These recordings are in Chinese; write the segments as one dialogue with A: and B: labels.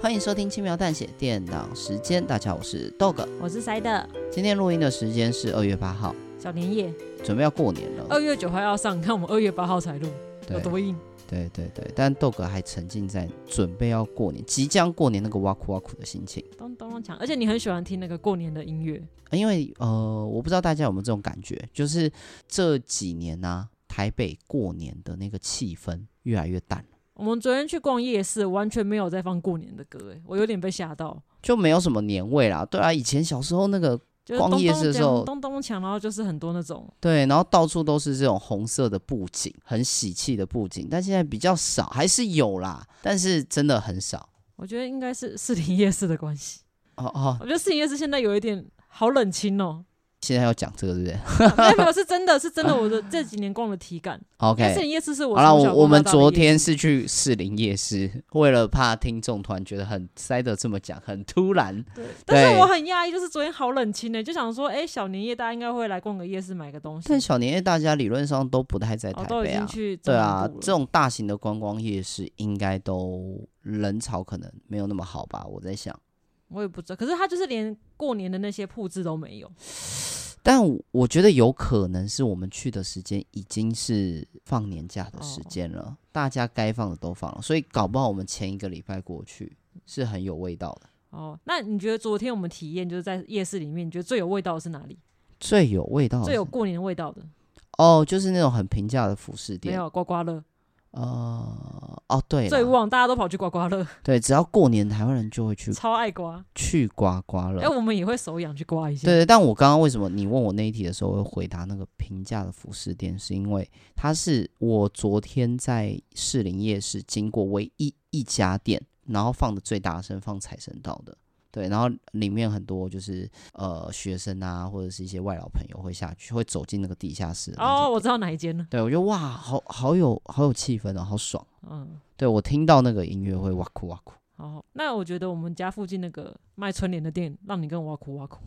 A: 欢迎收听轻描淡写电脑时间，大家好，我是 Dog。
B: 我是塞的
A: 今天录音的时间是二月八号，
B: 小年夜，
A: 准备要过年了。
B: 二月九号要上，你看我们二月八号才录，有
A: 对
B: 多硬？
A: 对对对，但 Dog 还沉浸在准备要过年、即将过年那个哇酷哇酷的心情。
B: 咚咚咚锵！而且你很喜欢听那个过年的音乐，
A: 呃因为呃，我不知道大家有没有这种感觉，就是这几年呢、台北过年的那个气氛越来越淡了，
B: 我们昨天去逛夜市，完全没有在放过年的歌，哎，我有点被吓到。
A: 就没有什么年味啦。对啊，以前小时候那个
B: 就是
A: 逛
B: 咚咚
A: 夜市的时候
B: 锵咚咚锵，然后就是很多那种，
A: 对，然后到处都是这种红色的布景，很喜气的布景，但现在比较少，还是有啦，但是真的很少。
B: 我觉得应该是 士林夜市的关系。
A: 哦哦
B: 我，觉得士林夜市现在有一点好冷清哦，
A: 现在要讲这个对不对
B: 没有没有，是真的是真的，我的这几年逛的 体感。因为士
A: ？OK，
B: 林夜市是我
A: 哎好了，
B: 从小
A: 我我
B: 逛到
A: 们
B: 大的
A: 昨
B: 夜
A: 天
B: 市
A: 是去士林夜市，为了怕听众团觉得很塞得这么讲很突然，
B: 对，但
A: 对
B: 是我很讶异，就是昨天好冷清呢、就想说，哎、小年夜大家应该会来逛个夜市买个东西。
A: 但小年夜大家理论上都不太在
B: 哦，
A: 台
B: 都已
A: 北
B: 经
A: 啊。
B: 去中
A: 对
B: 南
A: 啊
B: 部，了
A: 这种大型的观光夜市应该都人潮可能没有那么好吧，我在想。
B: 我也不知道，可是他就是连过年的那些铺子都没有，
A: 但我我觉得有可能是我们去的时间已经是放年假的
B: 哦
A: 时间了，大家该放的都放了，所以搞不好我们前一个礼拜过去是很有味道的。
B: 哦，那你觉得昨天我们体验就是在夜市里面，你觉得最有味道的是哪里？
A: 最有味道的
B: 最有
A: 哦是
B: 过年味道的
A: 哦，就是那种很平价的服饰
B: 没
A: 店，
B: 有刮刮乐，
A: 呃，哦对
B: 最
A: 啦，
B: 旺，大家都跑去刮刮乐，
A: 对，只要过年台湾人就会去
B: 超爱刮。
A: 去刮刮乐
B: 哎、。我们也会手痒去刮一下。
A: 对，对，但我刚刚为什么你问我那一题的时候，我会回答那个平价的服饰店，是因为它是我昨天在士林夜市经过唯一一家店，然后放的最大声，放财神到的。对，然后里面很多就是呃学生啊，或者是一些外劳朋友会下去，会走进那个地下室的那种。
B: 哦，我知道哪一间了。
A: 对我觉得哇，好好有好有气氛哦，好爽。
B: 嗯，
A: 对我听到那个音乐会哇酷哇酷，
B: 好，那我觉得我们家附近那个卖春联的店，让你跟我挖苦挖苦，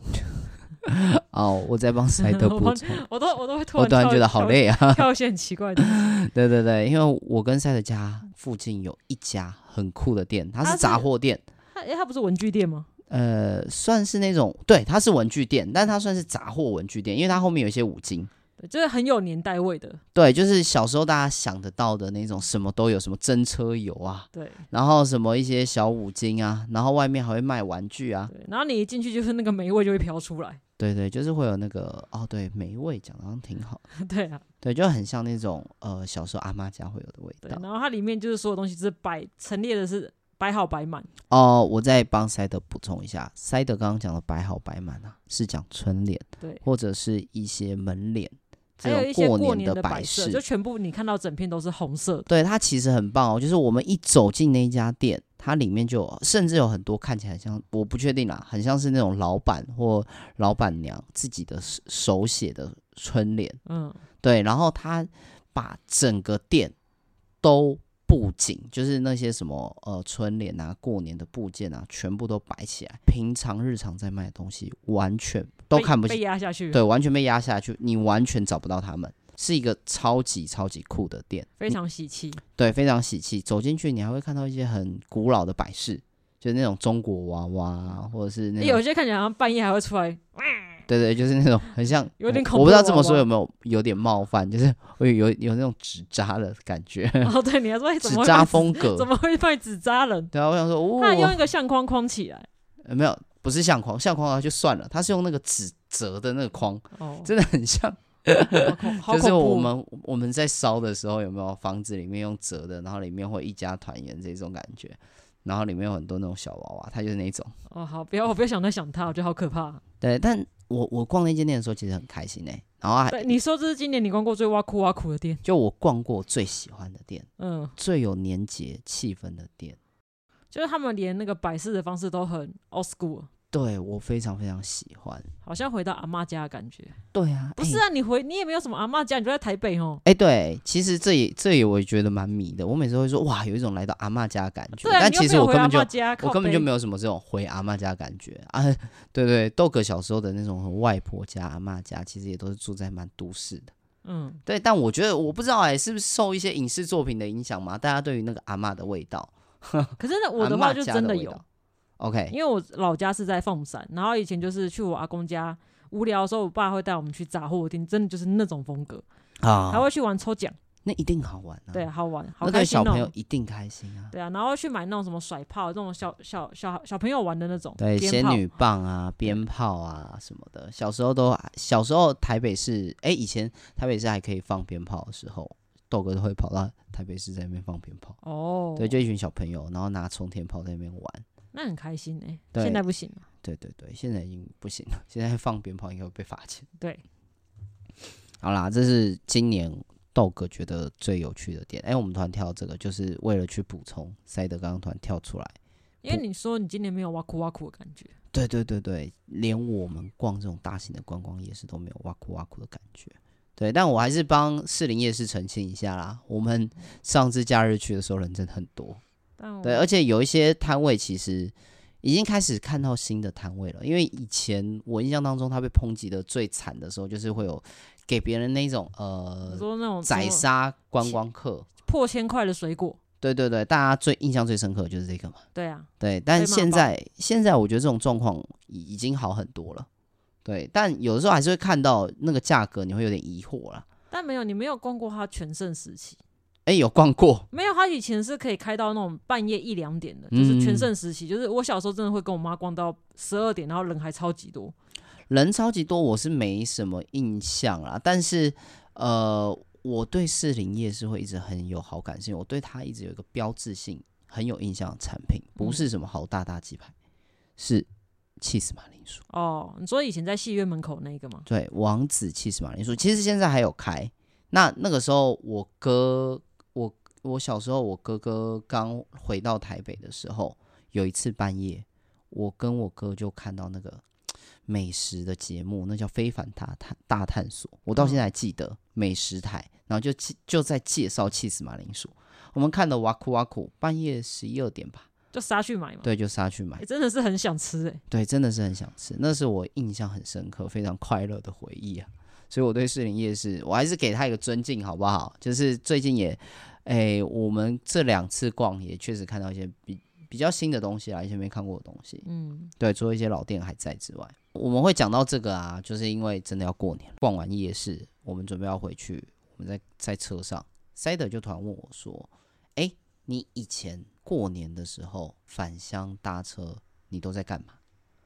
A: 哦，我在帮 塞德
B: 我
A: 补
B: 帮
A: 充，
B: 我都 我都会突
A: 我
B: 然
A: 突然
B: 跳
A: 觉得好
B: 跳
A: 累啊。
B: 跳一些很奇怪的。
A: 对对对，因为我跟赛德家附近有一家很酷的店，它
B: 它
A: 是
B: 是
A: 杂货店，
B: 他哎、他不是文具店吗？
A: 呃，算是那种对，它是文具店，但它算是杂货文具店，因为它后面有一些五金。
B: 对，就是很有年代味的。
A: 对，就是小时候大家想得到的那种，什么都有，什么真车油啊，
B: 对
A: 然后什么一些小五金啊，然后外面还会卖玩具啊，
B: 对，然后你一进去就是那个霉味就会飘出来。
A: 对对，就是会有那个哦，对，美味讲的好像挺好，
B: 对啊，
A: 对，就很像那种呃小时候阿妈家会有的味
B: 对，
A: 道。
B: 然后它里面就是所有东西就是摆陈列的是摆好摆满。
A: 哦，我再帮塞德补充一下，塞德刚刚讲的摆好摆满啊，是讲春联，
B: 对
A: 或者是一些门脸
B: 还有
A: 这
B: 一些
A: 种
B: 过
A: 年
B: 的
A: 摆
B: 设，就
A: 饰。
B: 全部你看到整片都是红色的。
A: 对，它其实很棒哦，就是我们一走进那一家店，它里面就有甚至有很多看起来像，我不确定啦，很像是那种老板或老板娘自己的手手写的春联。
B: 嗯，
A: 对，然后他把整个店都布景，就是那些什么呃春联啊、过年的部件啊，全部都摆起来。平常日常在卖的东西，完全都
B: 被
A: 看不
B: 被
A: 起，
B: 压下去，
A: 对，，完全被压下去，你完全找不到他们。是一个超级超级酷的店，
B: 非
A: 你
B: 常喜气。
A: 对，非常喜气。走进去，你还会看到一些很古老的摆饰，就是那种中国娃娃啊，或者是那
B: 诶
A: 种
B: 有些看起来好像半夜还会出来，
A: 对对，就是那种很像，
B: 有点
A: 我
B: 恐
A: 我不知
B: 怖
A: 道
B: 的
A: 这么
B: 娃
A: 说
B: 娃
A: 有没有有点冒犯，就是我有有有那种纸扎的感觉，
B: 然后对你还说 哎怎
A: 纸
B: 么会
A: 扎
B: 卖
A: 风
B: 怎
A: 格。
B: 么会卖纸扎人？
A: 对啊，我想说，
B: 他还用
A: 哦
B: 一，个相框框起来。
A: 呃没有，不是相框，相框啊就算了，它是用那个纸折的那个框，
B: 哦，
A: 真的很像
B: 好恐 好
A: 就是
B: 恐
A: 我
B: 怖
A: 们我们在烧的时候有没有房子里面用折的，然后里面会一家团圆这种感觉，然后里面有很多那种小娃娃，它就是那种。
B: 哦，好，不要，我不要想到想他，我觉得好可怕。
A: 对，但我我逛那间店的时候其实很开心呢、欸然后还
B: 对，你说这是今年你逛过最挖苦挖苦的店，
A: 就我逛过最喜欢的店，
B: 嗯，
A: 最有年节气氛的店，
B: 就是他们连那个摆饰的方式都很 old school，
A: 对我非常非常喜欢。
B: 好像回到阿妈家的感觉。
A: 对啊，
B: 不是
A: 哎
B: 啊，你回你也没有什么阿妈家，你就在台北哦。
A: 哎、对，其实这也这也我也觉得蛮迷的。我每次会说哇，有一种来到阿嬷家的感觉，
B: 对啊，
A: 但
B: 你又
A: 其
B: 没
A: 实
B: 有
A: 我
B: 回
A: 根
B: 阿
A: 本就
B: 妈家，
A: 我根本就没
B: 有。
A: 有什么这种回阿嬷家的感觉啊。 对对，豆哥小时候的那种和外婆家、阿嬷家，其实也都是住在蛮都市的。
B: 嗯，
A: 对，但我觉得我不知道哎、是不是受一些影视作品的影响嘛？大家对于那个阿嬷的味道，
B: 可是呢，我
A: 阿
B: 的
A: 嬷
B: 话就
A: 家
B: 真
A: 的味
B: 有，
A: 道。OK，哎
B: 因为我老家是在凤山，然后以前就是去我阿公家无聊的时候，我爸会带我们去杂货店，真的就是那种风格，还
A: 啊，
B: 会去玩抽奖，
A: 那一定好玩啊！
B: 对，，好玩，好
A: 那
B: 开
A: 对
B: 心
A: 小朋
B: 哦
A: 友。一定开心啊。
B: 对啊，然后去买那种什么甩炮，这种小小小小朋友玩的那种
A: 对，
B: 鞭
A: 仙
B: 炮
A: 女棒啊、鞭炮啊什么的，小时候都小时候台北市，哎，以前台北市还可以放鞭炮的时候，豆哥都会跑到台北市在那边放鞭炮。
B: 哦，
A: 对，就一群小朋友，然后拿冲天炮在那边玩。
B: 那很开心哎、
A: 对
B: 现在不行了。
A: 对对对，现在已经不行了，现在放鞭炮应该会被罚钱。
B: 对，
A: 好啦，这是今年豆哥觉得最有趣的点。哎，我们突然跳到这个，就是为了去补充塞德刚刚突然跳出来。
B: 因为你说你今年没有挖苦挖苦的感觉，
A: 对对对对，连我们逛这种大型的观光夜市都没有哇酷哇酷的感觉。对，但我还是帮士林夜市澄清一下啦。我们上次假日去的时候人真的很多，
B: 但我
A: 对，而且有一些摊位其实已经开始看到新的摊位了，因为以前我印象当中它被抨击的最惨的时候，就是会有给别人那种
B: 你
A: 呃
B: 说那种
A: 宰
B: 什么
A: 杀观光客。
B: 破千块的水果，
A: 对对对，大家最印象最深刻的就是这个嘛。
B: 对啊，
A: 对，但
B: 被骂
A: 现
B: 爆
A: 在现在我觉得这种状况已已经好很多了。对，但有的时候还是会看到那个价格，你会有点疑惑啦。
B: 但没有你没有逛过它全盛时期，
A: 哎，有逛过，
B: 没有它以前是可以开到那种半夜一两点的，
A: 嗯
B: 就是全盛时期，就是我小时候真的会跟我妈逛到十二点，然后人还超级多，
A: 人超级多，我是没什么印象啦。但是，呃，我对士林夜市会一直很有好感，是因为我对它一直有一个标志性很有印象的产品，不
B: 嗯
A: 是什么好大大鸡排，是 cheese 马铃薯。
B: 哦，你说以前在戏院门口那个吗？
A: 对，王子气死马铃薯，其实现在还有开。那那个时候，我哥，我我小时候，我哥哥刚回到台北的时候，有一次半夜，我跟我哥就看到那个美食的节目，那叫《非凡大探大探索》，我到现在还记得美食台，然后就介就在介绍气死马铃薯，我们看的哇酷哇酷，半夜十一二点吧，
B: 就杀去买嘛，欸
A: 对，就杀去买
B: 诶，，真的是很想吃哎、
A: 对，真的是很想吃，那是我印象很深刻、非常快乐的回忆啊。所以我对士林夜市，我还是给他一个尊敬，好不好？就是最近也，哎、我们这两次逛也确实看到一些比比较新的东西啊，一些没看过的东西。
B: 嗯，
A: 对，除了一些老店还在之外，我们会讲到这个啊，就是因为真的要过年了，逛完夜市，我们准备要回去，我们在在车上塞德就突然问我说：“哎，你以前过年的时候返乡搭车，你都在干嘛？”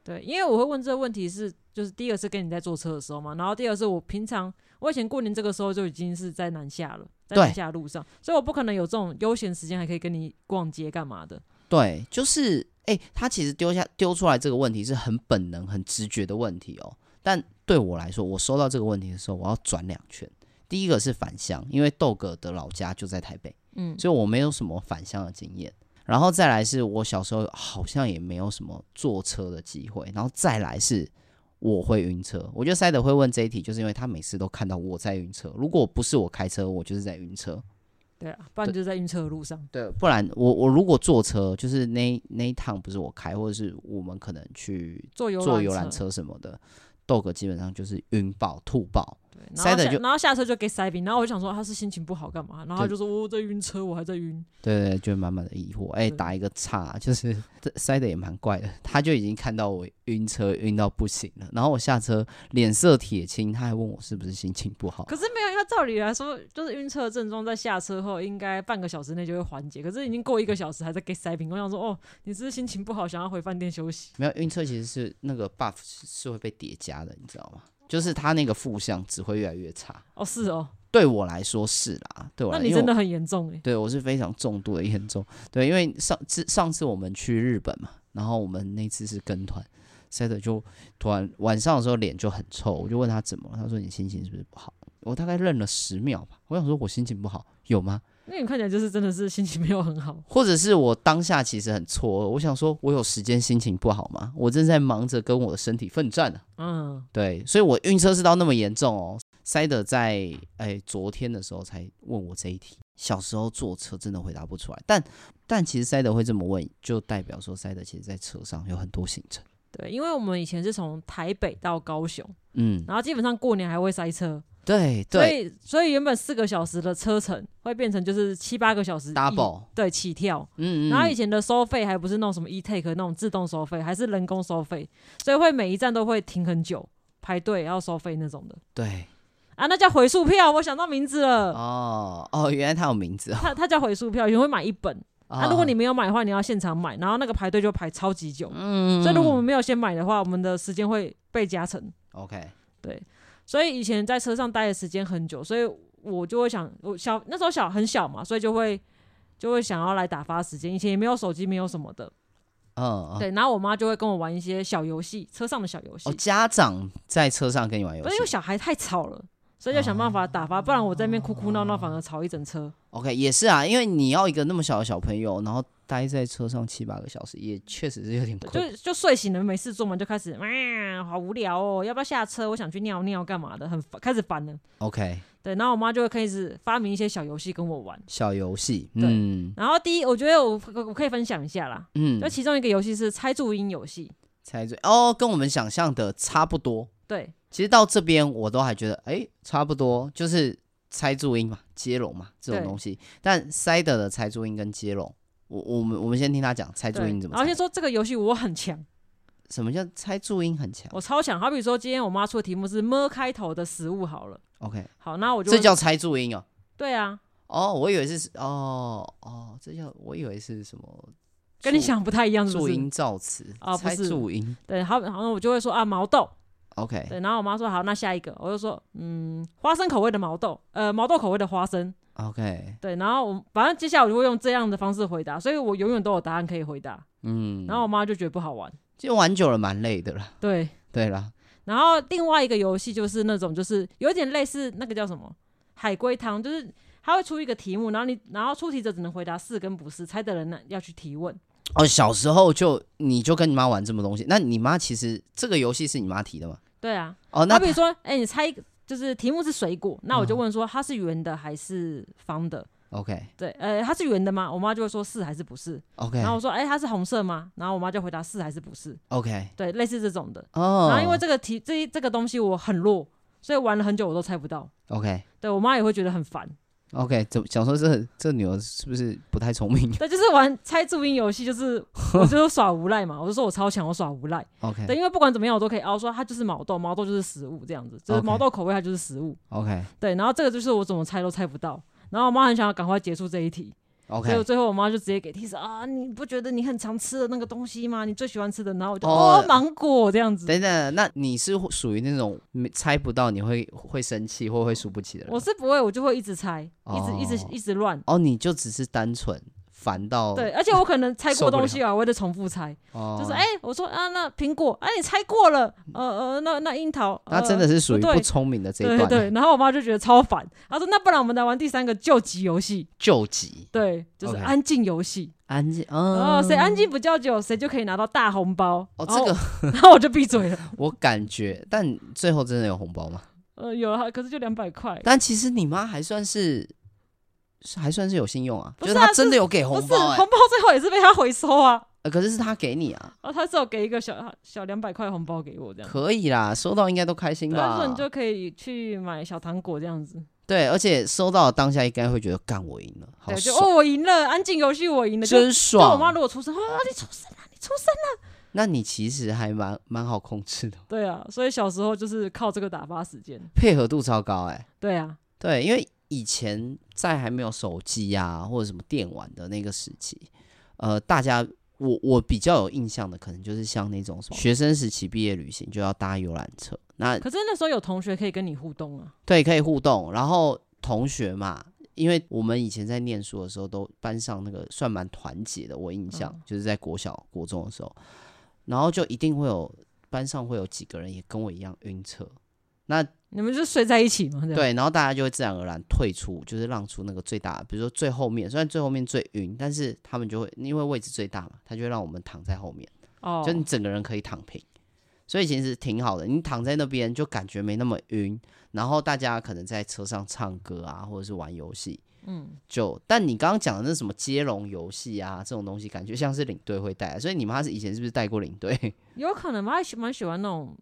B: 对，因为我会问这个问题是，就是第一个是跟你在坐车的时候嘛，然后第二是我平常我以前过年这个时候就已经是在南下了，在
A: 对
B: 南下路上，所以我不可能有这种悠闲时间还可以跟你逛街干嘛的。
A: 对，就是哎、欸他其实丢下丢出来这个问题是很本能、很直觉的问题哦。但对我来说，我收到这个问题的时候，我要转两圈。第一个是返乡，因为豆哥的老家就在台北，
B: 嗯，
A: 所以我没有什么返乡的经验。然后再来是我小时候好像也没有什么坐车的机会，然后再来是我会晕车。我觉得塞德会问这一题，就是因为他每次都看到我在晕车。如果不是我开车，我就是在晕车。
B: 对啊，不然就是在晕车的路上。
A: 对，不然我我如果坐车，就是那那一趟不是我开，或者是我们可能去
B: 坐游
A: 坐游
B: 览
A: 览，车什么的，豆哥基本上就是晕爆、吐爆。
B: 对，
A: 塞
B: 然后
A: 得
B: 下
A: 就
B: 然后下车就给塞饼，然后我就想说啊他是心情不好干嘛，然后他
A: 对
B: 就说我、在晕车，我还在晕。
A: 对对，就满满的疑惑。哎、
B: 对
A: 打一个岔，就是 这塞的也蛮怪的，他就已经看到我晕车晕到不行了，然后我下车脸色铁青，他还问我是不是心情不好。
B: 可是没有，因为照理来说，就是晕车的症状在下车后应该半个小时内就会缓解，可是已经过一个小时还在给塞饼，我想说哦，你是不是心情不好，想要回饭店休息。
A: 没有晕车其实是那个 buff 是是会被叠加的，你知道吗？就是它那个负向只会越来越差。
B: 哦，是哦，
A: 对我来说是啦，对我
B: 那
A: 来，
B: 你
A: 因为
B: 真的
A: 我
B: 很严重哎。
A: 对我是非常重度的严重，对，因为上次上次我们去日本嘛，然后我们那次是跟团 s e t 就突然晚上的时候脸就很臭，我就问他怎么了，他说你心情是不是不好？我大概愣了十秒吧，我想说我心情不好有吗？
B: 那你看起来就是真的是心情没有很好，
A: 或者是我当下其实很错愕，我想说我有时间心情不好吗？我正在忙着跟我的身体奋战啊。
B: 嗯，
A: 对，所以我晕车是到那么严重哦。塞德在哎昨天的时候才问我这一题，小时候坐车真的回答不出来，但但其实塞德会这么问，就代表说塞德其实在车上有很多行程，
B: 对，因为我们以前是从台北到高雄，
A: 嗯，
B: 然后基本上过年还会塞车，
A: 对
B: 所
A: 对
B: 以所以原本四个小时的车程会变成就是七八个小时以
A: ，double，
B: 对起跳，
A: 嗯嗯，
B: 然后以前的收费还不是那种什么 e take 那种自动收费，还是人工收费，所以会每一站都会停很久排队要收费那种的
A: 对，
B: 啊，那叫回数票，我想到名字了，
A: 哦哦，原来他有名字哦。
B: 它它叫回数票，有人会买一本啊，如果你
A: 哦
B: 没有买的话，你要现场买，然后那个排队就排超级久，
A: 嗯，
B: 所以如果我们没有先买的话，我们的时间会被加成，
A: OK，
B: 对，所以以前在车上待的时间很久，所以我就会想，我小那时候小很小嘛，所以就会就会想要来打发时间，以前也没有手机，没有什么的。
A: 嗯，嗯
B: 对，然后我妈就会跟我玩一些小游戏，车上的小游戏
A: 哦，。家长在车上跟你玩游
B: 不是因为
A: 戏
B: 小孩太吵了，所以就想办法打发，不然我在那边哭哭闹闹，反而吵一整车。
A: ，OK 也是啊，因为你要一个那么小的小朋友，然后待在车上七八个小时，也确实是有点困
B: 就就睡醒了没事做嘛，就开始啊，好无聊哦，要不要下车？我想去尿尿干嘛的，很烦开始烦了。
A: OK，
B: 对，然后我妈就会开始发明一些小游戏跟我玩。
A: 小游戏，
B: 对
A: 嗯
B: 然后第一，我觉得我我我可以分享一下啦，
A: 嗯
B: 就，其中一个游戏是猜注音游戏，
A: 猜对哦，跟我们想象的差不多。
B: 对
A: 其实到这边我都还觉得，哎，差不多，就是猜注音嘛，接龙嘛这种
B: 对
A: 东西。但塞德的猜注音跟接龙，我我们我们先听他讲猜注
B: 对
A: 音怎，么
B: 然后
A: 猜
B: 先。说这个游戏我很强，
A: 什么叫猜注音很强
B: 我超强。好比说今天我妈出的题目是么开头的食物好了，
A: ？OK，
B: 好，那我就
A: 这
B: 会
A: 叫猜注音哦。
B: 对啊，
A: 哦，我以为是哦哦，这叫我以为是什么？
B: 跟你
A: 注
B: 想不太一样，是不
A: 注
B: 是？
A: 音造词
B: 哦不
A: 猜
B: 是
A: 注音。
B: 对，好，然后我就会说啊，毛豆。
A: OK，
B: 对，然后我妈说好，那下一个，我就说嗯，花生口味的毛豆，呃，毛豆口味的花生。
A: OK，
B: 对，然后我反正接下来我就会用这样的方式回答，所以我永远都有答案可以回答。
A: 嗯，
B: 然后我妈就觉得不好玩。
A: 就玩久了蛮累的啦。
B: 对，
A: 对啦，
B: 然后另外一个游戏就是那种就是有点类似那个叫什么海龟汤，就是它会出一个题目，然后你然后出题者只能回答是跟不是，猜的人呢要去提问。
A: 哦，小时候就你就跟你妈玩这么东西，那你妈其实这个游戏是你妈提的吗？
B: 对啊，
A: 哦，
B: 好
A: 那
B: 比
A: 她
B: 如说，哎、你猜一个，就是题目是水果，那我就
A: 嗯
B: 问说它是圆的还是方的？
A: OK
B: 对，呃，它是圆的吗？我妈就会说是还是不是。
A: OK
B: 然后我说，哎、它是红色吗？然后我妈就回答是还是不是。
A: OK
B: 对，类似这种的。
A: 哦，
B: 然后因为这个题这一这个东西我很弱，所以玩了很久我都猜不到。
A: OK
B: 对我妈也会觉得很烦。
A: OK，怎么想说这这女儿是不是不太聪明
B: 对，就是玩猜注音游戏，就是我就是耍无赖嘛，我就说我超强，我耍 无赖。对，
A: ？OK
B: 因为不管怎么样我都可以凹说它就是毛豆，毛豆就是食物这样子，就是
A: OK
B: 毛豆口味它就是食物。
A: OK
B: 对，然后这个就是我怎么猜都猜不到。然后我妈很想要赶快结束这一题，所以我
A: OK，
B: 最后我妈就直接给提示啊，你不觉得你很常吃的那个东西吗？你最喜欢吃的，然后我就
A: 哦
B: 哦芒果这样子。
A: 等等，那你是属于那种没猜不到你会会生气或会输不起的人吗？
B: 我是不会，我就会一直猜，一直一直
A: 哦
B: 一直乱。
A: 哦，你就只是单纯烦到
B: 对，而且我可能猜
A: 受
B: 过
A: 不了
B: 东西啊，我会再重复猜，
A: 哦，
B: 就是哎、我说啊，那苹果，哎、你猜过了，呃呃，那那樱桃，
A: 那
B: 呃
A: 真的是属于
B: 不对
A: 不聪明的这一
B: 对
A: 段
B: 对。然后我妈就觉得超烦，她说那不然我们来玩第三个救急游戏，
A: 救急
B: 对，就是
A: OK
B: 安静游戏，
A: 安静
B: 然后
A: 哦，
B: 谁安静不叫久，谁就可以拿到大红包。
A: 哦，这
B: 然后
A: 个
B: 然后我就 闭嘴了。
A: 我感觉，但最后真的有红包吗？
B: 呃，有了，可是就两百块，
A: 但其实你妈还算是，是还算是有信用啊，
B: 不
A: 就是
B: 是啊
A: 她真的有给
B: 不
A: 红
B: 是
A: 包哎、
B: 红包最后也是被他回收啊。
A: 呃可是是她给你啊，
B: 然后他只有给一个小小两百块红包给我这样，
A: 可以啦，收到应该都开心
B: 对他说你
A: 吧？
B: 就可以去买小糖果这样子。
A: 对，而且收到的当下应该会觉得，干我赢了，好
B: 对，就
A: 爽，
B: 哦，我赢了，安静游戏我赢了，就
A: 真
B: 就我妈
A: 爽。
B: 如果出声，啊，你出声了，你出声了，
A: 那你其实还蛮蛮好控制的，
B: 对啊，所以小时候就是靠这个打发时间，
A: 配合度超高哎、
B: 对啊，
A: 对，因为以前在还没有手机啊或者什么电玩的那个时期，呃，大家我我比较有印象的，可能就是像那种什么学生时期毕业旅行就要搭游览车，那
B: 可是那时候有同学可以跟你互动啊，
A: 对可以互动，然后同学嘛。因为我们以前在念书的时候，都班上那个算蛮团结的，我印象、
B: 嗯
A: 就是在国小、国中的时候，然后就一定会有班上会有几个人也跟我一样晕车，那
B: 你们就睡在一起嘛，这样，
A: 对，然后大家就会自然而然退出，就是让出那个最大的，比如说最后面，虽然最后面最晕，但是他们就会因为位置最大嘛，他就会让我们躺在后面，
B: 哦，
A: 就你整个人可以躺平，所以其实挺好的。你躺在那边就感觉没那么晕，然后大家可能在车上唱歌啊，或者是玩游戏，
B: 嗯，
A: 就但你刚刚讲的那什么接龙游戏啊这种东西，感觉像是领队会带，啊所以你妈是以前是不是带过领队
B: 有可能吧，他喜蛮喜欢那种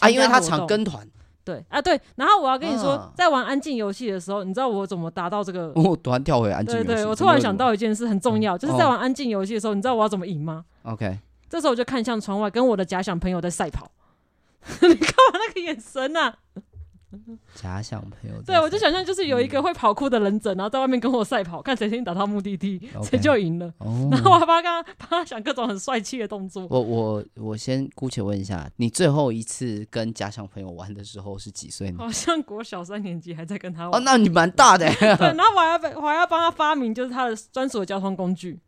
A: 啊？因为
B: 参加
A: 她
B: 活
A: 常
B: 动
A: 跟团，
B: 对啊对，然后我要跟你说
A: 啊，
B: 在玩安静游戏的时候，你知道我怎么达到这个？
A: 我突然跳回安静游
B: 对
A: 戏，
B: 对，我
A: 怎
B: 突
A: 么嗯哦
B: 然
A: 了
B: 想到一件事很重要，就是在玩安静游戏的时候，你知道我要怎么赢吗？
A: ，OK，
B: 这时候我就看向窗外，跟我的假想朋友在赛跑。 你干嘛那个眼神啊？
A: 假想朋友在
B: 对，我就
A: 想。
B: 想象就是有一个会跑酷的忍者，然后在外面跟我赛跑，看谁先打到目的地，
A: 嗯 OK
B: 谁就赢了。
A: 哦
B: 然后我还帮他帮他想各种很帅气的动作。
A: 我我我先姑且问一下，你最后一次跟假想朋友玩的时候是几岁呢？
B: 好像国小三年级还在跟他
A: 哦，
B: 玩，
A: 那你蛮大的欸。
B: 对，然后我还要被我还要帮他发明就是他的专属的交通工具，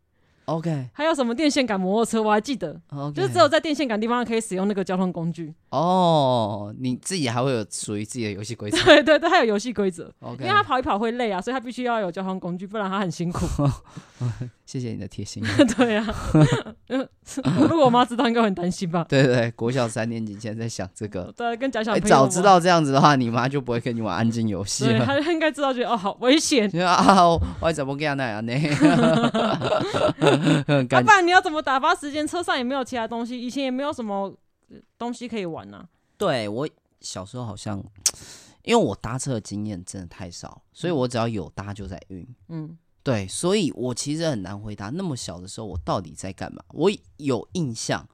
A: OK
B: 还有什么电线杆摩托车，我还记得，
A: OK，
B: 就是只有在电线杆地方可以使用那个交通工具。
A: 哦，你自己还会有属于自己的游戏 规则。
B: 对对对，还有游戏规则，因
A: OK，
B: 为他跑一跑会累啊，所以他必须要有交通工具，不然他很辛苦。
A: 谢谢你的贴心。
B: 对啊， 嗯如果我妈知道，应该会很担心 吧？
A: 对对对，国小三年级前在想这个，
B: 对，跟假小
A: 哎，
B: 朋友、
A: 早知，道这样子的话，你妈就不会跟你玩安静游戏
B: 对，
A: 了。
B: 她应该知道，觉得哦，好危险。
A: 就 啊，我我怎么跟那 样呢？
B: 啊，
A: 感
B: 不然你要怎么打发时间？车上也没有其他东西，以前也没有什么呃东西可以玩啊呐、
A: 对我小时候好像，因为我搭车的经验真的太少，所以我只要有搭就在晕。
B: 嗯，
A: 对，所以我其实很难回答。那么小的时候，我到底在干嘛？我有印象，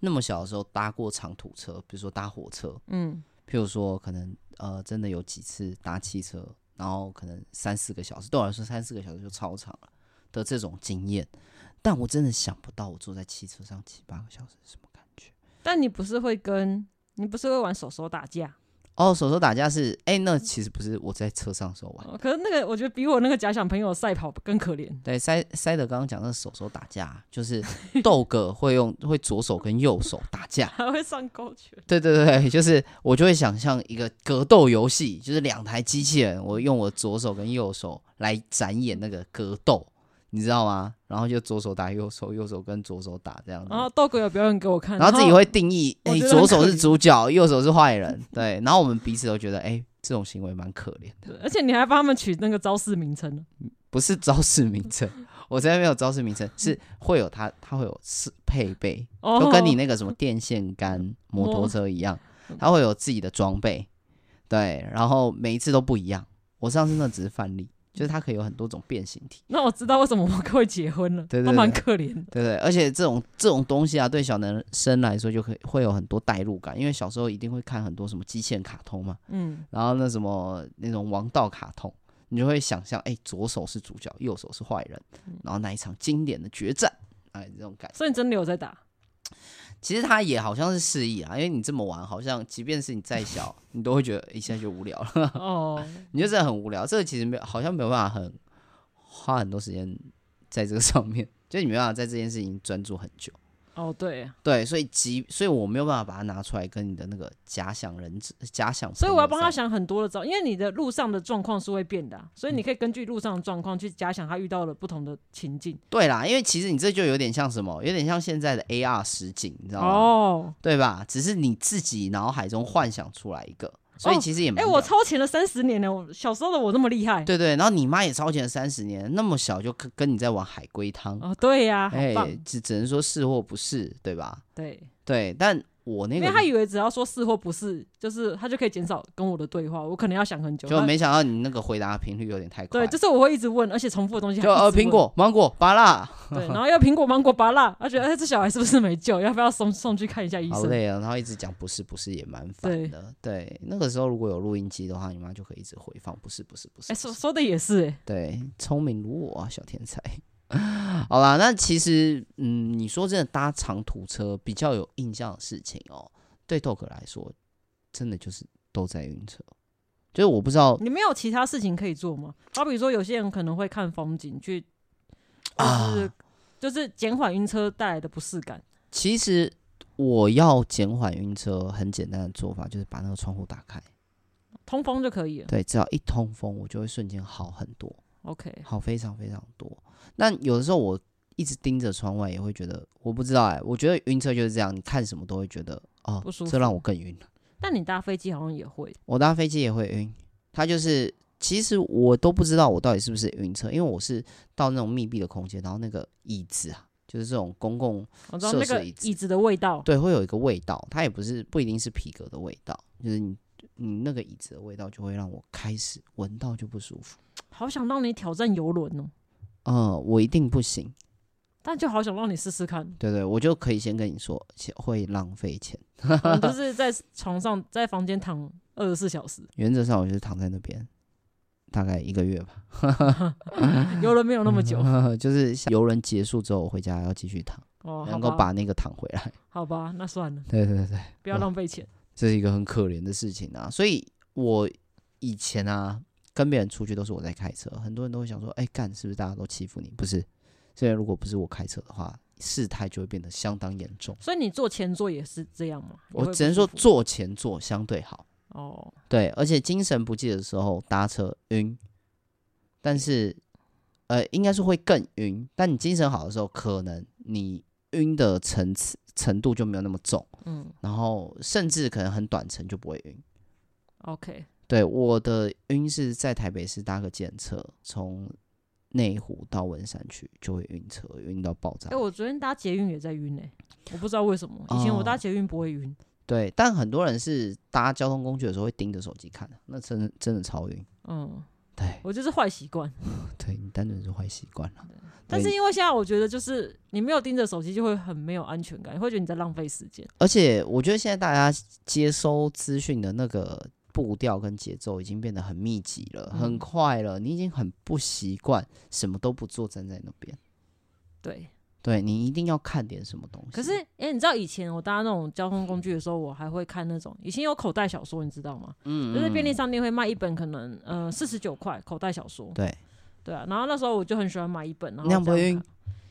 A: 那么小的时候搭过长途车，比如说搭火车，
B: 嗯，
A: 譬如说可能呃，真的有几次搭汽车，然后可能三四个小时，对我来说三四个小时就超长了的这种经验。但我真的想不到，我坐在汽车上七八个小时是什么感觉。
B: 但你不是会跟你不是会玩手手打架？
A: 哦，手手打架是，哎、那其实不是我在车上的时候玩。
B: 哦可是那个我觉得比我那个假想朋友赛跑更可怜。
A: 对，塞塞德刚刚讲的手手打架，啊就是豆哥会用会左手跟右手打架。
B: 还会上勾拳，
A: 对对对，就是我就会想象一个格斗游戏，就是两台机器人，我用我左手跟右手来展演那个格斗，你知道吗？然后就左手打右手，右手跟左手打这样子。
B: 然后豆哥有表演给我
A: 嗯
B: 看，
A: 然后自己会定义，
B: 我
A: 哎，
B: 觉得
A: 左
B: 哦很
A: 手
B: 可
A: 是
B: 怜
A: 主角，右手是坏人，对。然后我们彼此都觉得，哎，这种行为蛮可怜的，
B: 对，而且你还帮他们取那个招式名称呢。
A: 不是招式名称， 我这边没有招式名称，是会有它，它会有是配备，
B: 哦，
A: 就跟你那个什么电线杆摩托车一样，它会有自己的装备，对，然后每一次都不一样。我上次那只是范例，就是它可以有很多种变形体，
B: 那我知道为什么我们会结婚了，
A: 对对
B: 都蛮
A: 对
B: 可怜的。
A: 对不对？而且这种这种东西啊，对小男生来说就可以会有很多代入感，因为小时候一定会看很多什么机器人卡通嘛，
B: 嗯，
A: 然后那什么那种王道卡通，你就会想象，哎，左手是主角，右手是坏人，
B: 嗯
A: 然后那一场经典的决战，哎，这种感觉。
B: 所以你真的有 在打，
A: 其实他也好像是示意啊，因为你这么玩，好像即便是你再 小，你都会觉得一下就无聊了，
B: 哦，
A: 你就真的很无聊。这个其实没有，好像没有办法很花很多时间在这个上面， 就你没办法在这件事情专注很久。
B: 哦，对，
A: 对，所以即所以我没有办法把它拿出来跟你的那个假想人质假想，
B: 所以我要帮他。想很多的招，因为你的路上的状况是会变的
A: 嗯
B: 啊、所以你可以根据路上的状况去假想他遇到了不同的情境。
A: 对啦，因为其实你这就有点像什么，有点像现在的 AR 实景，你知道吗？
B: 哦，
A: 对吧？只是你自己脑海中幻想出来一个，所以
B: 哦
A: 其实也没
B: 哎，
A: 有。
B: 我超前了三十年呢，我小时候的我那么厉害。
A: 对对，然后你妈也超前三十年，那么小就跟跟你在玩海龟汤，
B: 哦，对呀，好
A: 哎、
B: 棒，
A: 只只能说是或不是，对吧？
B: 对。
A: 对，但我那
B: 因
A: 个
B: 为他以为只要说是或不是，就是他就可以减少跟我的对话，我可能要想很久。
A: 就
B: 他
A: 没想到你那个回答频率有点太快，
B: 对，就是我会一直问，而且重复的东西还
A: 就呃
B: 一直问
A: 苹，果、芒果、芭乐，
B: 对，然后要苹果、芒果、芭乐，他觉得哎这小孩是不是没救，要不要送送去看一下医
A: 好
B: 生？
A: 累啊，然后一直讲不是不是也蛮烦
B: 对
A: 的。对，那个时候如果有录音机的话，你妈就可以一直回放不是不是不是
B: 哎，
A: 不
B: 说
A: 是。
B: 说的也是，哎，
A: 对，聪明如我啊，小天才。 好啦，那其实，嗯，你说真的，搭长途车比较有印象的事情哦，对豆哥来说，真的就是都在晕车。就是我不知道
B: 你没有其他事情可以做吗？好比说，有些人可能会看风景去，
A: 啊，
B: 就是、就是减缓晕车带来的不适感。
A: 其实我要减缓晕车，很简单的做法就是把那个窗户打开，
B: 通风就可以了。
A: 对，只要一通风，我就会瞬间好很多。
B: OK，
A: 好非常非常多。那有的时候我一直盯着窗外，也会觉得我不知道哎、我觉得晕车就是这样，你看什么都会觉得哦
B: 不舒，服
A: 这让我更晕了。
B: 但你搭飞机好像也会，
A: 我搭飞机也会晕，它就是其实我都不知道我到底是不是晕车，因为我是到那种密闭的空间，然后那个椅子啊，就是这种公共
B: 我知道
A: 涉
B: 那
A: 水
B: 个
A: 椅子
B: 椅子的味道。
A: 对会有一个味道，它也不是不一定是皮革的味道，就是你你那个椅子的味道就会让我开始闻到就不舒服。
B: 好想让你挑战游轮哦，
A: 嗯，我一定不行。
B: 但就好想让你试
A: 。
B: 试看
A: 对对，我就可以先跟你说，且会浪费钱。
B: 你就是在床上，在房间躺二十四小时，
A: 原则上，我就是躺在那边，大概一个月吧，
B: 游轮没有那么
A: 嗯
B: 久
A: 就是像游轮结束之后，我回家要继续躺，
B: 哦。好
A: 能够
B: 吧，
A: 把那个躺回来。
B: 好吧，那算了，
A: 对对对对，
B: 不要浪费钱。
A: 这是一个很可怜的事情啊。所以我以前啊，跟别人出去都是我在开车，很多人都会想说，哎，干是不是大家都欺负你？不是，虽然如果不是我开车的话，事态就会变得相当严重。
B: 所以你坐前座也是这样吗？也
A: 我
B: 会
A: 只
B: 不
A: 能说
B: 舒服
A: 坐前座相对好。
B: 哦，
A: 对，而且精神不济的时候搭车晕，但是呃，应该是会更晕。但你精神好的时候，可能你晕的层次程度就没有那么重，
B: 嗯
A: 然后甚至可能很短程就不会晕。
B: ，OK，
A: 对，我的晕是在台北市搭个检测，从内湖到文山区就会晕车，晕到爆炸
B: 哎、。我昨天搭捷运也在晕哎、我不知道为什么，以前我搭
A: 哦
B: 捷运不会晕，
A: 对，但很多人是搭交通工具的时候会盯着手机看的，那真的真的超晕。
B: 嗯，
A: 对，
B: 我就是坏习惯。
A: 哎对你单纯是坏习惯了。
B: 但是
A: 对
B: 因为现在我觉得就是你没有盯着手机，就会很没有安全感，你会觉得你在浪费时间。
A: 而且我觉得现在大家接收资讯的那个步调跟节奏已经变得很密集了，
B: 嗯
A: 很快了，你已经很不习惯什么都不做站在那边。
B: 对，
A: 对你一定要看点什么东西。
B: 可是哎、诶你知道以前我搭那种交通工具的时候，我还会看那种以前有口袋小说，你知道吗？
A: 嗯，嗯，
B: 就是便利
A: 嗯
B: 商店会卖一本，可能呃四十九块口袋小说。
A: 对
B: 对啊，然后那时候我就很喜欢买一本，然后
A: 那样不会
B: 这
A: 晕
B: 看。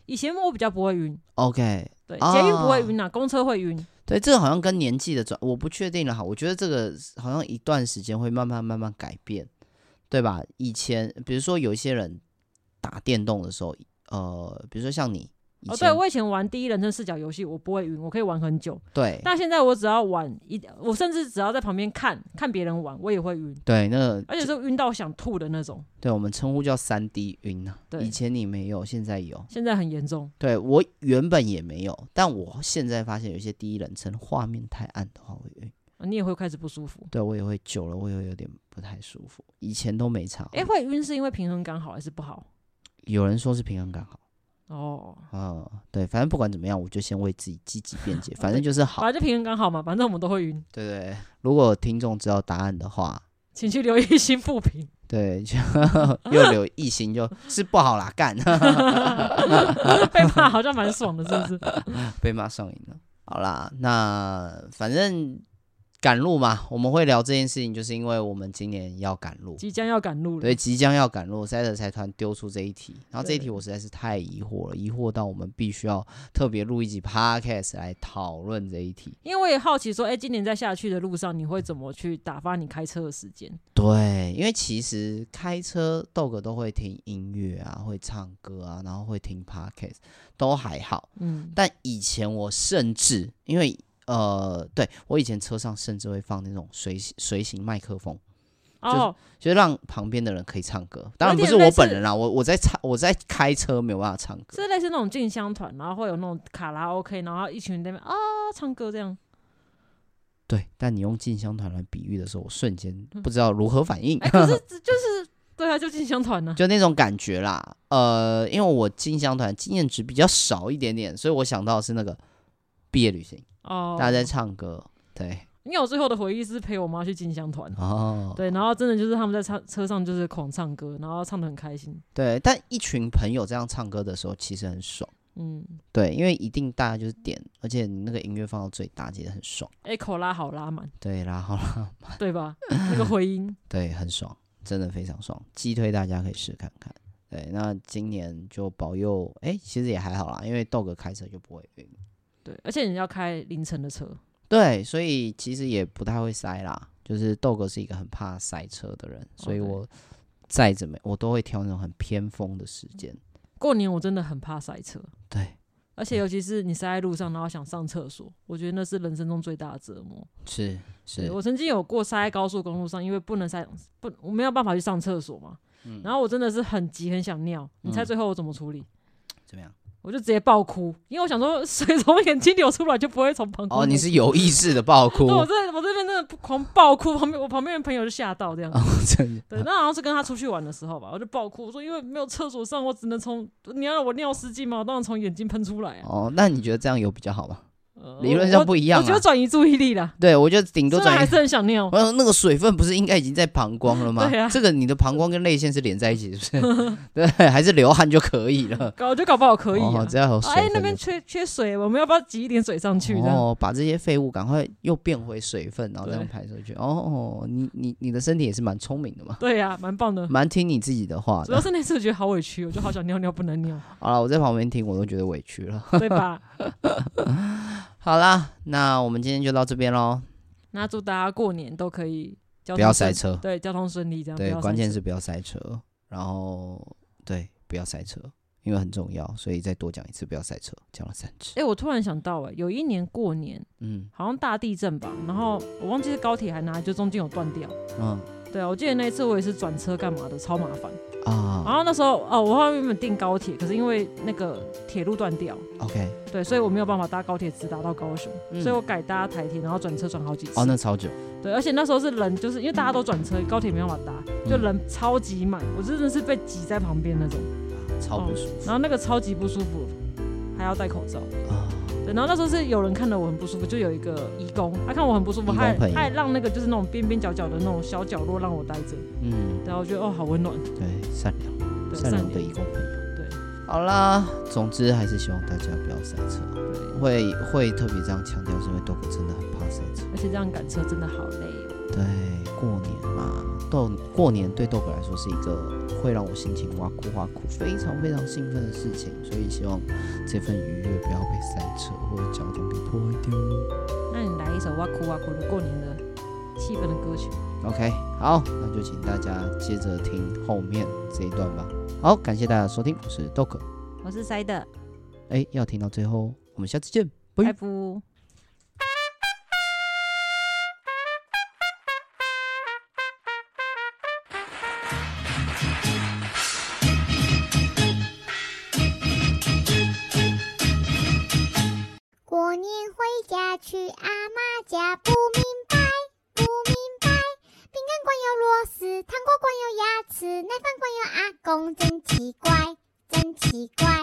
B: 以前我比较不会晕，
A: OK，
B: 对，
A: 啊
B: 捷运不会晕啊，公车会晕。
A: 对，这个好像跟年纪的转，我不确定了哈。我觉得这个好像一段时间会慢慢慢慢改变，对吧？以前比如说有一些人打电动的时候，呃，比如说像你，以
B: 哦，
A: 前、
B: 对我以前玩第一人称视角游戏，我不会晕，我可以玩很久。
A: 对
B: 但现在我只要玩一，我甚至只要在旁边看看别人玩，我也会晕，
A: 对，那个
B: 而且是晕到想吐的那种。
A: 对我们称呼叫三 D 晕啊。
B: 对
A: 以前你没有，现在有。
B: 现在很严重，
A: 对我原本也没有，但我现在发现有一些第一人称画面太暗的话会晕，
B: 啊你也会开始不舒服。
A: 对我也会久了，我也会有点不太舒服。以前都没差。
B: 哎、会晕是因为平衡感好还是不好？
A: 有人说是平衡感好，
B: 哦，
A: 嗯，对，反正不管怎么样，我就先为自己积极辩解，反正就是好。
B: 反正就平衡感好嘛，反正我们都会晕，
A: 对对对，如果听众知道答案的话，
B: 请去留意 新 不平。
A: 对，就又留一心就是不好啦，干。
B: 被骂好像蛮爽的，是不是？
A: 被骂上瘾了。好啦，那反正赶路嘛，我们会聊这件事情，就是因为我们今年要赶路，
B: 即将要赶路了
A: 对，，即将要赶路，塞德财团丢出这一题，然后这一
B: 对
A: 题我实在是太疑惑了，疑惑到我们必须要特别录一集 podcast 来讨论这一题。
B: 因为我也好奇说，哎、今年在下去的路上，你会怎么去打发你开车的时间？
A: 对，因为其实开车豆哥都会听音乐啊，会唱歌啊，然后会听 podcast，都还好。
B: 嗯，
A: 但以前我甚至因为呃，对我以前车上甚至会放那种随随行麦克风，就是
B: 哦，
A: 就是让旁边的人可以唱歌。当然
B: 有
A: 不
B: 点
A: 是我
B: 类似
A: 本人啦，我我在唱我在开车没有办法唱歌。
B: 是类似那种进香团，然后会有那种卡拉 OK，然后一群人在那边啊唱歌这样。
A: 对，但你用进香团来比喻的时候，我瞬间不知道如何反应。
B: 嗯哎、可是这就是对啊，就进香团呢、
A: 就那种感觉啦，呃，因为我进香团经验值比较少一点点，所以我想到的是那个毕业旅行，
B: 哦，
A: 大家在唱歌，对，
B: 因为我最后的回忆是陪我妈去进香团，
A: 哦，
B: 对，然后真的就是他们在唱车上就是狂唱歌，然后唱的很开心，
A: 对，但一群朋友这样唱歌的时候，其实很爽。
B: 嗯
A: 对，因为一定大家就是点，而且你那个音乐放到最大，其实很爽。
B: ，echo 拉好 拉满，
A: 对啦，好啦，
B: 对吧？那个回音，
A: 对，很爽，真的非常爽，击推大家可以试看看。对，那今年就保佑，哎、其实也还好啦，因为豆哥开车就不会晕，
B: 对，而且你要开凌晨的车，
A: 对，所以其实也不太会塞啦。就是豆哥是一个很怕塞车的人，所以
B: 哦对
A: 我再怎么我都会挑那种很偏锋的时间。
B: 过年我真的很怕塞车，
A: 对，
B: 而且尤其是你塞在路上，然后想上厕所，我觉得那是人生中最大的折磨。
A: 是是
B: 对，我曾经有过塞在高速公路上，因为不能塞，不，我没有办法去上厕所嘛。然后我真的是很急，很想尿。你猜
A: 嗯
B: 最后我怎么处理？
A: 怎么样？
B: 我就直接爆哭，因为我想说水从眼睛流出来就不会从膀胱流出来。
A: 哦，你是有意识的爆哭
B: 对，，我这我这边真的狂爆哭，旁边我旁边的朋友就吓到这样。
A: 哦，真的。
B: 对，那好像是跟他出去玩的时候吧，我就爆哭，我说因为没有厕所上，我只能从你要让我尿失禁吗？我当然从眼睛喷出来啊。
A: 哦，那你觉得这样有比较好吗？
B: 呃
A: 理论
B: 我
A: 上不一样
B: 我觉得
A: 啊。
B: 转移注意力啦，
A: 对，我觉得顶多
B: 虽然
A: 转
B: 还
A: 移。哦
B: 是很 想尿。
A: 我想那个水分不是应该已经在膀胱了吗？
B: 对啊
A: 这个你的膀胱跟泪腺是连在一起，是不 是？对，还是流汗就可以了。
B: 搞我觉得搞不好可以啊
A: 哦，。只要有水
B: 哎、
A: 分就。
B: 那边缺缺水，我们要不要挤一点水上去？这样、
A: 哦，把这些废物赶快又变回水分，然后这样
B: 对
A: 排出去。哦，你你你的身体也是蛮聪明的嘛，
B: 对呀、啊蛮棒的。
A: 蛮听你自己嗯的话
B: 主要
A: 的。
B: 是那次我觉得好委屈，我就好想尿尿不能 尿，
A: 好了，我在旁边听我都觉得委屈了。
B: 对吧？
A: 好啦，那我们今天就到这边喽。
B: 那祝大家过年都可以交通
A: 不要塞
B: 顺
A: 车
B: 对，交通顺利这样。
A: 对
B: 不，要塞
A: 关键
B: 车
A: 是不要塞车，然后对，不要塞车，因为很重要，所以再多讲一次，不要塞车，讲了三次。
B: 哎、我突然想到、哎，有一年过年
A: 嗯
B: 好像大地震吧，然后我忘记是高铁还哪，就中间有断掉。
A: 嗯
B: 对啊，我记得那一次我也是转车干嘛的，超麻烦。然
A: 啊
B: 后那时候哦，我好像原本订高铁，可是因为那个铁路断掉，
A: ，OK，
B: 对，所以我没有办法搭高铁，直达到高雄，
A: 嗯
B: 所以我改搭台铁，然后转车转好几次。
A: 哦，那超久，
B: 对，而且那时候是人，就是因为大家都转车，高铁没办法搭，就
A: 嗯
B: 人超级满，我真的是被挤在旁边那种，
A: 超不舒服
B: 然后那个超级不舒服，还要戴口罩。
A: 啊，
B: 对，然后那时候是有人看到我很不舒服，就有一个义工，他看我很不舒
A: 义
B: 服，
A: 工
B: 他还
A: 朋友
B: 他还让那个就是那种边边角角的那种小角落让我待着，
A: 嗯，
B: 然后我觉得哦好温暖，
A: 对，善良
B: 对，
A: 善良的
B: 对
A: 义工朋友，对，好啦，总之还是希望大家不要塞车，会会特别这样强调，是因为豆哥真的很怕塞车，
B: 而且这样赶车真的好累哦。
A: 对，过年嘛，豆过年对豆哥来说是一个会让我心情哇哭哇哭，非常非常兴奋的事情，所以希望这份愉悦不要被塞车或者交通给破坏掉哦。
B: 那你来一首哇哭哇哭的过年的气氛的歌曲，
A: OK，好，那就请大家接着听后面这一段吧。好，感谢大家的收听，我是豆哥，
B: 我是塞的，
A: 哎，要听到最后哦，我们下次见，拜
B: 拜不。
C: 过年回家去阿妈家，不明白，不明白。饼干罐有螺丝，糖果罐有牙齿，奶粉罐有阿公，真奇怪，真奇怪。